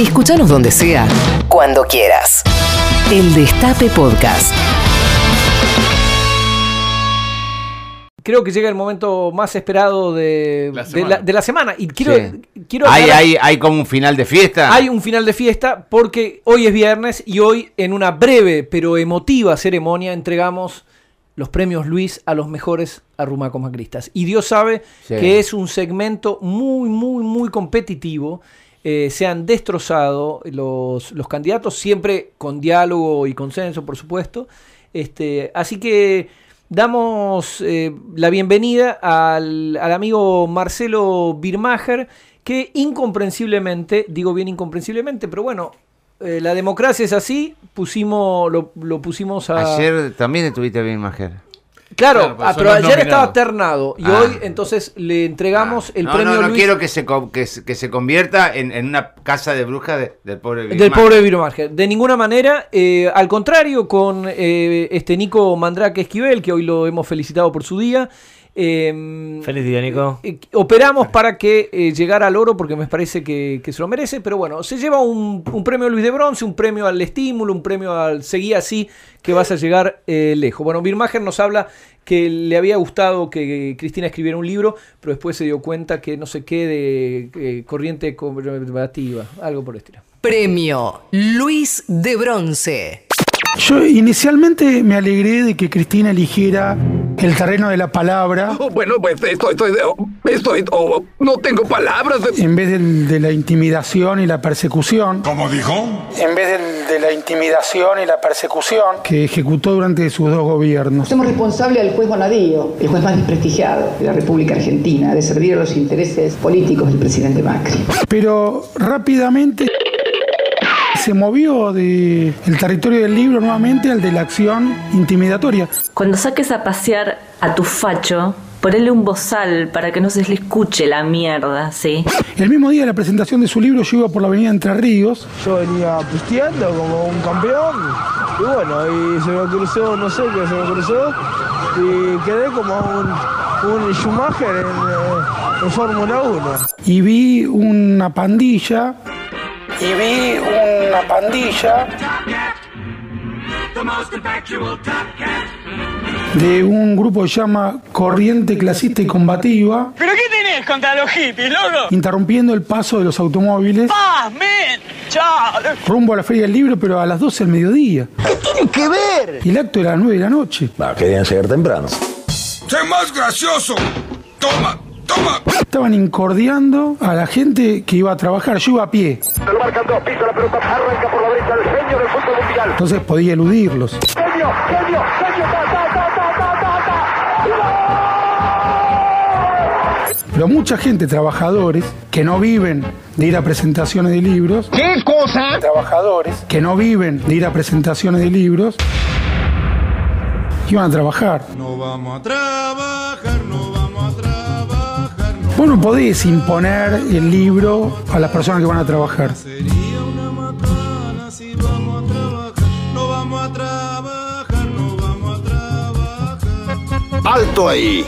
Escúchanos donde sea, cuando quieras. El Destape Podcast. Creo que llega el momento más esperado de La de semana. la, de la semana. Y quiero, Sí. quiero hay, aclarar- hay, hay como un final de fiesta. hay un final de fiesta porque hoy es viernes y hoy en una breve pero emotiva ceremonia entregamos los premios Luis a los mejores arrumacos macristas. Y Dios sabe Sí. que es un segmento muy, muy, muy competitivo. Eh, se han destrozado los, los candidatos, siempre con diálogo y consenso, por supuesto. Este, así que damos eh, la bienvenida al, al amigo Marcelo Birmacher, que incomprensiblemente, digo bien incomprensiblemente, pero bueno, eh, la democracia es así, pusimos, lo, lo pusimos a... Ayer también estuviste bien, Majer. Claro, Claro, pues ah, son pero los ayer nominados. estaba ternado y Ah. hoy entonces le entregamos el no, premio No, no Luis quiero que se, co- que, se- que se convierta en, en una casa de brujas de- del pobre del Birman. pobre Viro Marger. De ninguna manera, eh, al contrario, con eh, este Nico Mandrake Esquivel, que hoy lo hemos felicitado por su día. eh, Feliz día, Nico. eh, operamos para que eh, llegara al oro porque me parece que, que se lo merece, pero bueno, se lleva un, un premio Luis de Bronce, un premio al estímulo, un premio al seguir así que vas a llegar eh, lejos. Bueno, Birmacher nos habla que le había gustado que Cristina escribiera un libro, pero después se dio cuenta que no sé qué de eh, corriente combativa, algo por el estilo. Premio Luis de Bronce. Yo inicialmente me alegré de que Cristina eligiera el terreno de la palabra Oh, bueno, pues estoy, estoy, oh, estoy, oh, no tengo palabras. de- en vez del- de, la intimidación y la persecución. ¿Cómo dijo? En vez del- de, la intimidación y la persecución que ejecutó durante sus dos gobiernos. Hacemos responsable al juez Bonadío, el juez más desprestigiado de la República Argentina, de servir a los intereses políticos del presidente Macri. Pero rápidamente se movió del territorio del libro nuevamente al de la acción intimidatoria. Cuando saques a pasear a tu facho, ponele un bozal para que no se le escuche la mierda, ¿sí? El mismo día de la presentación de su libro yo iba por la avenida Entre Ríos Yo venía pisteando como un campeón. Y bueno, y se me cruzó, no sé qué se me cruzó. Y quedé como un, un Schumacher en, eh, en Fórmula 1. y vi una pandilla. Y vi una pandilla. De un grupo que se llama Corriente Clasista y Combativa, ¿Pero qué tenés contra los hippies, loco? interrumpiendo el paso de los automóviles ¡Ah, men! ¡Chao! rumbo a la Feria del Libro, pero a las 12 del mediodía. tiene que ver? Y el acto era a las 9 de la noche. querían llegar temprano. ¡Sé más gracioso! ¡Toma! ¡Toma! Estaban incordiando a la gente que iba a trabajar. Yo iba a pie, Lo marcan dos, pisa la pelota, arranca por la derecha el genio del fútbol mundial. entonces podía eludirlos. ¡Genio, genio, genio! ¡Ta, ta, ta, ta, ta, ta, ta! Pero mucha gente, trabajadores, que no viven de ir a presentaciones de libros. ¿Qué cosa? Trabajadores que no viven de ir a presentaciones de libros. Iban a trabajar. No vamos a trabajar, no vamos a trabajar. No Vos no podés imponer el libro a las personas que van a trabajar. sería una macana si vamos a trabajar. No vamos a trabajar, no vamos a trabajar. ¡Alto ahí!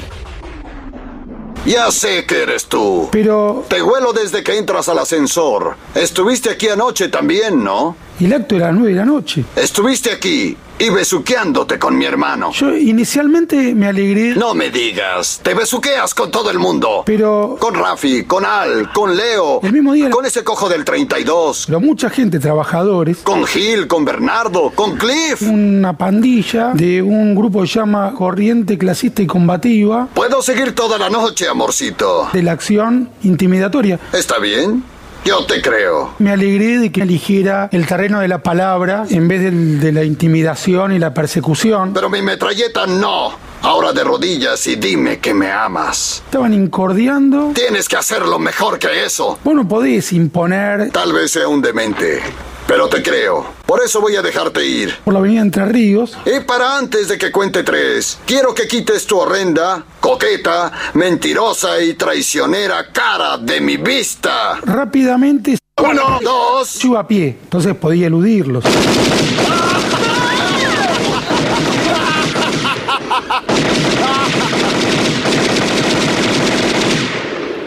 Ya sé que eres tú. Pero Te huelo desde que entras al ascensor. Estuviste aquí anoche también, ¿no? el acto era a las 9 de la noche. Estuviste aquí y besuqueándote con mi hermano. Yo inicialmente me alegré, No me digas, te besuqueas con todo el mundo. pero, Con Rafi, con Al, con Leo. El mismo día- Con ese cojo del 32. pero mucha gente, trabajadores, Con Gil, con Bernardo, con Cliff. una pandilla de un grupo que se llama Corriente Clasista y Combativa Puedo seguir toda la noche, amorcito. de la acción intimidatoria. ¿Está bien? Yo te creo. Me alegré de que eligiera el terreno de la palabra en vez del- de, la intimidación y la persecución. Pero mi metralleta no. Ahora de rodillas y dime que me amas. Estaban incordiando. Tienes que hacerlo mejor que eso. Vos no podés imponer Tal vez sea un demente, pero te creo. Por eso voy a dejarte ir. por la avenida Entre Ríos. Y para antes de que cuente tres, quiero que quites tu horrenda, coqueta, mentirosa y traicionera cara de mi vista. Rápidamente Uno, dos. yo iba a pie, entonces podía eludirlos.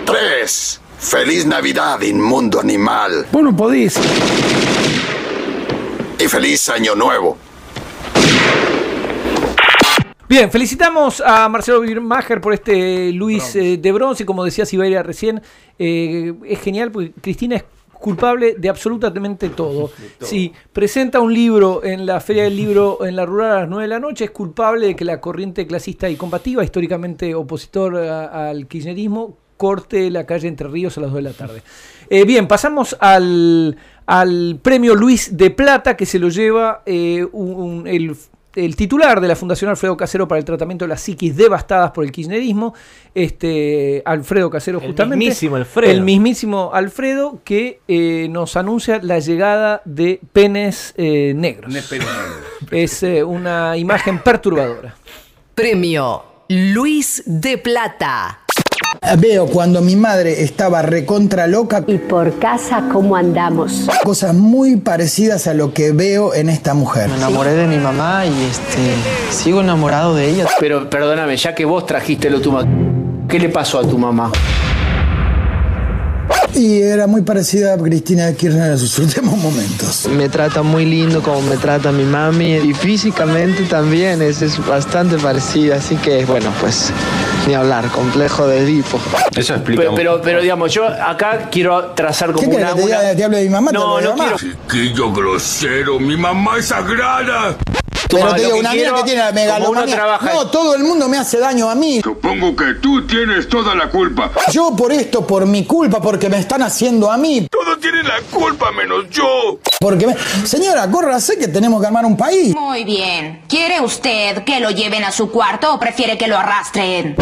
Tres. Feliz Navidad, inmundo animal. Vos no podés. Y feliz año nuevo. Bien, felicitamos a Marcelo Birmacher por este Luis eh, de bronce. Como decía Siberia recién, eh, es genial porque Cristina es culpable de absolutamente todo. Si presenta un libro en la Feria del Libro en la Rural a las 9 de la noche, es culpable de que la corriente clasista y combativa, históricamente opositor a- al kirchnerismo, corte la calle Entre Ríos a las 2 de la tarde. Eh, bien, pasamos al, al premio Luis de Plata que se lo lleva eh, un- un- el, el titular de la Fundación Alfredo Casero para el tratamiento de las psiquis devastadas por el kirchnerismo, este, Alfredo Casero El justamente. mismísimo Alfredo. El mismísimo Alfredo que eh, nos anuncia la llegada de penes eh, negros. Es eh, una imagen perturbadora. Premio Luis de Plata. Eh, Veo cuando mi madre estaba recontra loca. Y por casa, ¿cómo andamos? Cosas muy parecidas a lo que veo en esta mujer. Me enamoré de mi mamá y este sigo enamorado de ella. Pero perdóname, ya que vos trajiste lo tu ma- ¿qué le pasó a tu mamá? Y era muy parecida a Cristina Kirchner en sus últimos momentos. Me trata muy lindo como me trata mi mami y físicamente también es, es bastante parecida, así que bueno, pues ni hablar, complejo de Edipo. Eso explica. Pero, pero, pero, digamos, yo acá quiero trazar como una. una- de mi mamá? ¿Te No, hablo de no mamá? quiero. Chiquillo grosero, mi mamá es sagrada. Pero Toma, te lo digo, que una mina quiero, que tiene la como uno megalomanía. trabaja- No, todo el mundo me hace daño a mí. Supongo que tú tienes toda la culpa. Yo por esto, por mi culpa, porque me están haciendo a mí. Todos tienen la culpa menos yo. Porque me... Señora, córrase que tenemos que armar un país. Muy bien. ¿Quiere usted que lo lleven a su cuarto o prefiere que lo arrastren?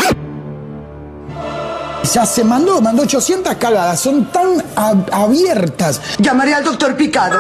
Ya se mandó, mandó 800 cagadas, son tan ab- abiertas. Llamaré al doctor Picado.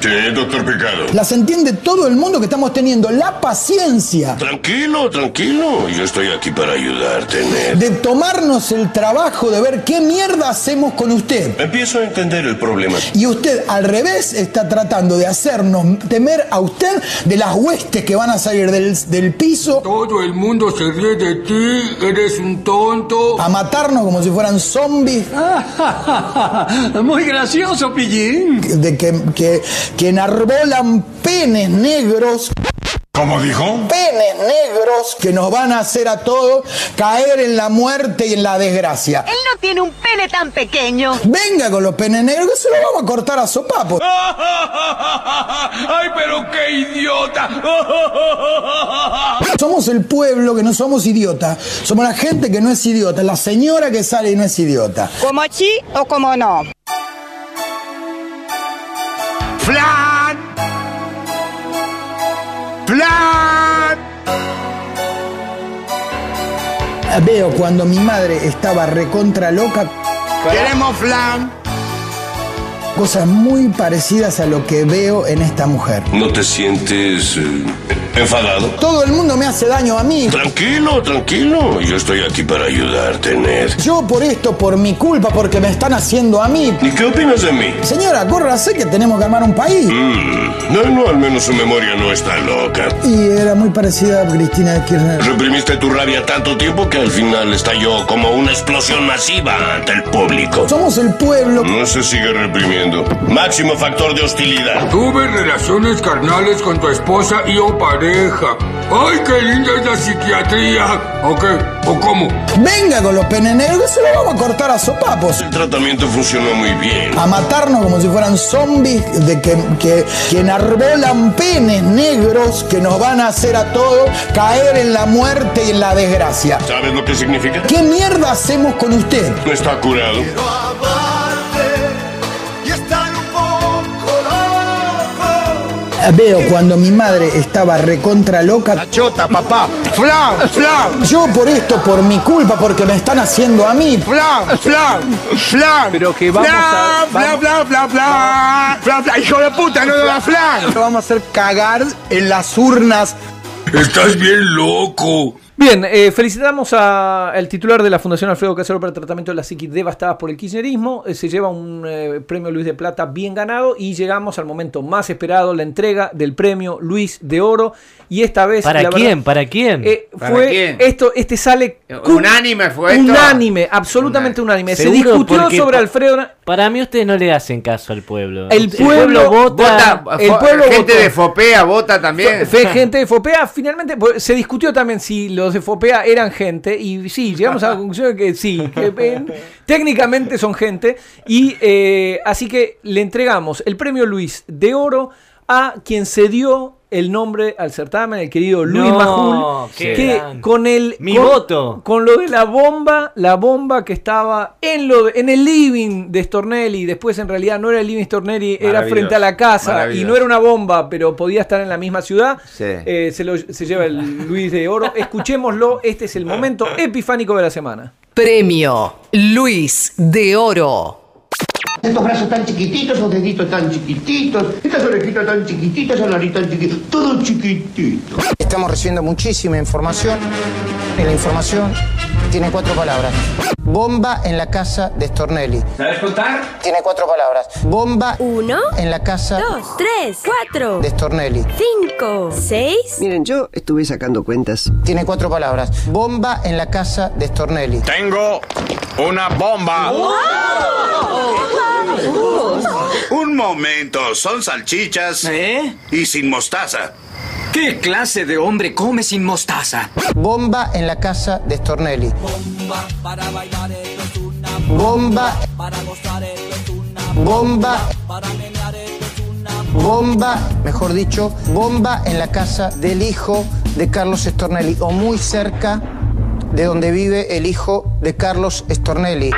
Sí, doctor Picado. Las entiende todo el mundo que estamos teniendo la paciencia Tranquilo, tranquilo. Yo estoy aquí para ayudarte, Ned. de tomarnos el trabajo de ver qué mierda hacemos con usted. Empiezo a entender el problema. Y usted al revés está tratando de hacernos temer a usted de las huestes que van a salir del, del piso. Todo el mundo se ríe de ti, eres un tonto. A matarnos como si fueran zombies. Muy gracioso, Pillín. De que, que, que enarbolan penes negros. ¿Cómo dijo? Penes negros que nos van a hacer a todos caer en la muerte y en la desgracia. Él no tiene un pene tan pequeño. Venga con los penes negros que se los vamos a cortar a sopapo. ¡Ay, pero qué idiota! Somos el pueblo que no somos idiotas. Somos la gente que no es idiota. La señora que sale y no es idiota. ¿Como sí o como no? ¡Flan! ¡Flan! Veo cuando mi madre estaba recontra loca. ¡Queremos flan! Cosas muy parecidas a lo que veo en esta mujer. ¿No te sientes eh, enfadado? Todo el mundo me hace daño a mí. Tranquilo, tranquilo. Yo estoy aquí para ayudarte, Ned. Yo por esto, por mi culpa, porque me están haciendo a mí. ¿Y qué opinas de mí? Señora, córrase que tenemos que armar un país. Mm, no, no, al menos su memoria no está loca. Y era muy parecida a Cristina Kirchner. Reprimiste tu rabia tanto tiempo que al final estalló como una explosión masiva ante el público. Somos el pueblo. No se sigue reprimiendo. Máximo factor de hostilidad. Tuve relaciones carnales con tu esposa y o pareja. ¡Ay, qué linda es la psiquiatría! ¿O qué? ¿O cómo? Venga con los penes negros que se los vamos a cortar a sopapos. El tratamiento funcionó muy bien. a matarnos como si fueran zombies de que, que, que enarbolan penes negros que nos van a hacer a todos caer en la muerte y en la desgracia. ¿Sabes lo que significa? ¿Qué mierda hacemos con usted? No está curado. Veo cuando mi madre estaba recontra loca. La chota, papá. Flan, flan. Yo por esto, por mi culpa, porque me están haciendo a mí. Flan, flan, flan. Pero que vamos flan, a- Flan, vamos- flan, flan, flan, flan, flan. Hijo de puta, no me da flan. Lo vamos a hacer cagar en las urnas. Estás bien loco. Bien, eh, felicitamos a- al titular de la Fundación Alfredo Casero para el tratamiento de las psiquis devastadas por el kirchnerismo. Eh, se lleva un eh, premio Luis de Plata bien ganado y llegamos al momento más esperado, la entrega del premio Luis de Oro. Y esta vez. ¿Para la verdad, quién? ¿Para quién? eh, ¿Para fue quién? esto, este sale cum- Unánime fue esto. unánime, absolutamente unánime. Se Seguro, discutió porque sobre pa- Alfredo. Para mí ustedes no le hacen caso al pueblo. El pueblo vota. vota- el pueblo gente votó. de Fopea vota también. Fue gente de Fopea, finalmente pues, se discutió también si los de Fopea eran gente, y sí, llegamos a la conclusión de que sí, que, eh, técnicamente son gente, y eh, así que le entregamos el premio Luis de Oro a quien se dio el nombre al certamen, el querido Luis No, Majul, qué que gran. con el Mi con- voto. con lo de la bomba, la bomba que estaba en lo de- en el living de Stornelli, después en realidad no era el living Stornelli, era Maravilloso, frente a la casa y maravilloso. no era una bomba, pero podía estar en la misma ciudad. Sí. Eh, se, lo- se lleva el Luis de Oro. Escuchémoslo, este es el momento epifánico de la semana. Premio Luis de Oro. Estos brazos tan chiquititos, esos deditos tan chiquititos, estas orejitas tan chiquititas, esa nariz tan chiquitita, todo chiquitito. Estamos recibiendo muchísima información. Y la información tiene cuatro palabras. Bomba en la casa de Stornelli. ¿Sabes contar? Tiene cuatro palabras. Bomba. Uno. En la casa. Dos, tres, cuatro, De Stornelli. cinco, seis. Miren, yo estuve sacando cuentas. Tiene cuatro palabras. Bomba en la casa de Stornelli. Tengo una bomba. Un momento, son salchichas. ¿Eh? Y sin mostaza. ¿Qué clase de hombre come sin mostaza? Bomba en la casa de Stornelli. Bomba. Bomba. Bomba, mejor dicho, bomba en la casa del hijo de Carlos Stornelli, o muy cerca de donde vive el hijo de Carlos Stornelli.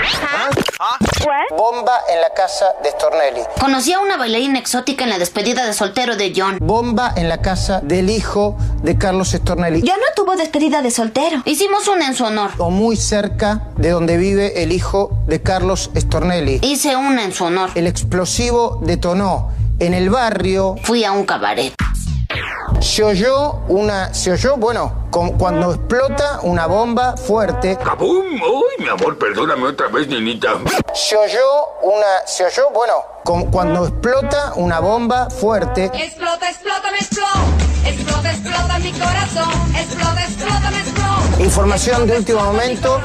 Bomba en la casa de Stornelli. Conocí a una bailarina exótica en la despedida de soltero de John. Bomba en la casa del hijo de Carlos Stornelli. Ya no tuvo despedida de soltero. Hicimos una en su honor. O muy cerca de donde vive el hijo de Carlos Stornelli. Hice una en su honor. El explosivo detonó en el barrio. Fui a un cabaret. Se oyó una. Se oyó, bueno, como cuando explota una bomba fuerte. ¡Cabum! ¡Uy, mi amor, perdóname otra vez, nenita! Se oyó una. Se oyó, bueno, como cuando explota una bomba fuerte. Explota, explota, me explota. Explota, explota mi corazón. Explota, explota, me explota. Información de último momento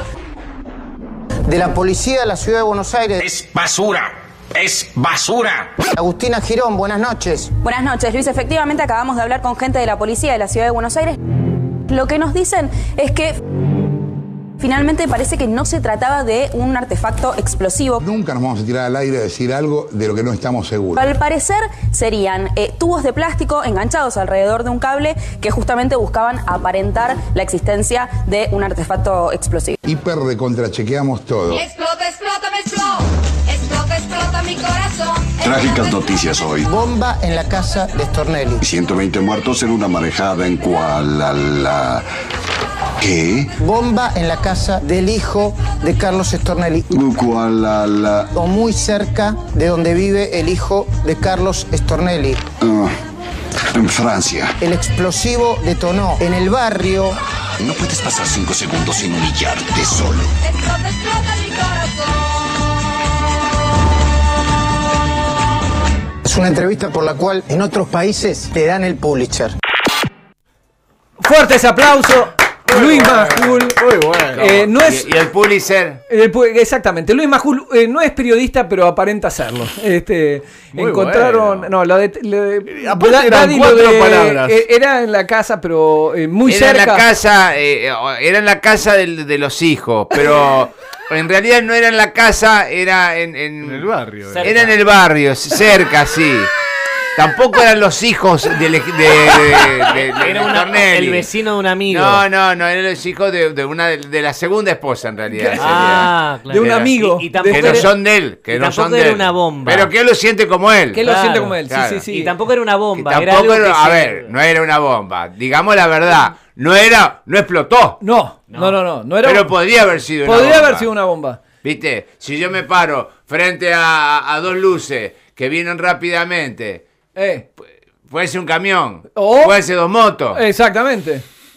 de la policía de la ciudad de Buenos Aires. Es basura. Es basura. Agustina Girón, buenas noches. Buenas noches, Luis. Efectivamente acabamos de hablar con gente de la policía de la ciudad de Buenos Aires. Lo que nos dicen es que finalmente parece que no se trataba de un artefacto explosivo. Nunca nos vamos a tirar al aire a decir algo de lo que no estamos seguros. Al parecer serían eh, tubos de plástico enganchados alrededor de un cable que justamente buscaban aparentar la existencia de un artefacto explosivo. Hiper recontrachequeamos todo. Explota, explota, me explota. Explota, explota mi corazón. Trágicas noticias hoy. Bomba en la casa de Stornelli. 120 muertos en una marejada en Kuala. La... ¿Qué? Bomba en la casa del hijo de Carlos Stornelli. Kuala. La... O muy cerca de donde vive el hijo de Carlos Stornelli. ah, en Francia. El explosivo detonó en el barrio. No puedes pasar cinco segundos sin humillarte solo. Explota, explota mi corazón. Es una entrevista por la cual en otros países te dan el Pulitzer. Fuertes aplausos. Luis Majul. Eh, no es, Y, y el Pulitzer. Eh, pues, exactamente. Luis Majul eh, no es periodista, pero aparenta serlo. Este, Muy Eh, encontraron. No, lo de. lo de- Aparte Bla- eran Daddy lo cuatro palabras. eh, era en la casa, pero eh, muy era cerca. en la casa, eh, eh, era en la casa del- de los hijos, pero en realidad no era en la casa, era en, el barrio. eh. Era en el barrio, c- cerca, sí. Tampoco eran los hijos del ej- de, de- de- de- Era de una- Tornelli. el vecino de un amigo. No, no, no, eran los hijos de, de una de, de la segunda esposa en realidad. Ah, sería. claro. De un Era- amigo. Y- y tampoco que no era- son de él, que y no tampoco son de era él. una bomba. Pero que él lo siente como él. Que él lo siente como él, sí, sí, sí. Y tampoco era una bomba, Y era tampoco algo era- que a se- ver, no era una bomba. Digamos la verdad, no era, no explotó. No, no, no, no. no era- Pero podría haber sido una Podría bomba. haber sido una bomba. Viste, si yo me paro frente a, a dos luces que vienen rápidamente, Eh, puede ser un camión, O- Eh, puede ser dos motos. exactamente.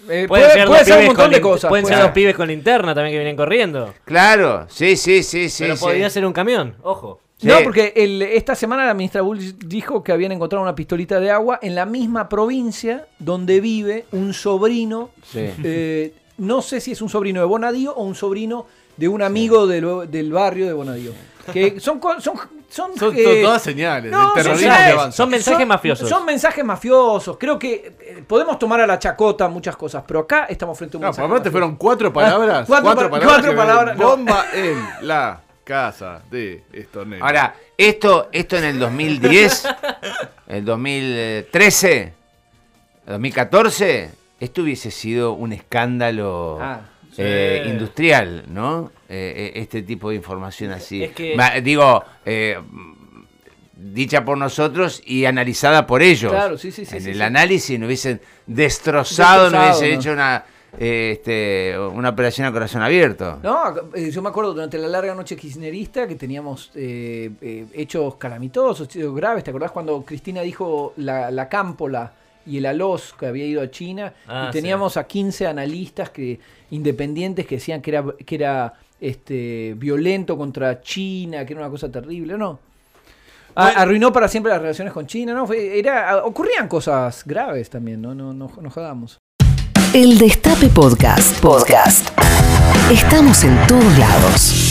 Eh, Pueden puede- ser, puede dos ser un pibes montón con de lin- cosas, Pueden puede ser ser. dos pibes con linterna también que vienen corriendo. Claro, sí, sí, sí, sí. Pero sí. podría ser un camión, ojo. No, porque el- esta semana la ministra Bull dijo que habían encontrado una pistolita de agua en la misma provincia donde vive un sobrino. Sí. eh, no sé si es un sobrino de Bonadío o un sobrino de un amigo del, del barrio de Bonadío. Que son, co- son, son, Son eh, to- todas señales del terrorismo son señales. que avanza. Son mensajes mafiosos. Son mensajes mafiosos. Creo que eh, podemos tomar a la chacota muchas cosas, pero acá estamos frente a un No, mensaje por aparte mafioso. Ah, fueron cuatro palabras. Cuatro cuatro, pa- palabras. cuatro que palabras, no. Bomba en la casa de Estornel. Ahora, esto, esto en el 2010, el 2013, el 2014, esto hubiese sido un escándalo Ah, eh, sí. industrial, ¿no? Eh, eh, este tipo de información así. Es que- Ma- Digo, eh, dicha por nosotros y analizada por ellos. Claro, sí, sí, sí, En sí, el sí. análisis nos hubiesen destrozado, nos Destrozado, hubiesen ¿no? hecho una, eh, este, una operación a corazón abierto. No, eh, yo me acuerdo durante la larga noche kirchnerista que teníamos eh, eh, hechos calamitosos, hechos graves. ¿Te acordás cuando Cristina dijo la, la cámpola y el aloz que había ido a China? Ah, y teníamos a 15 analistas que, independientes que decían que era, que era este, violento contra China, que era una cosa terrible, ¿no? A- arruinó para siempre las relaciones con China, ¿no? Fue- era, ocurrían cosas graves también, ¿no? No, no, no jodamos. El Destape Podcast. Podcast. Estamos en todos lados.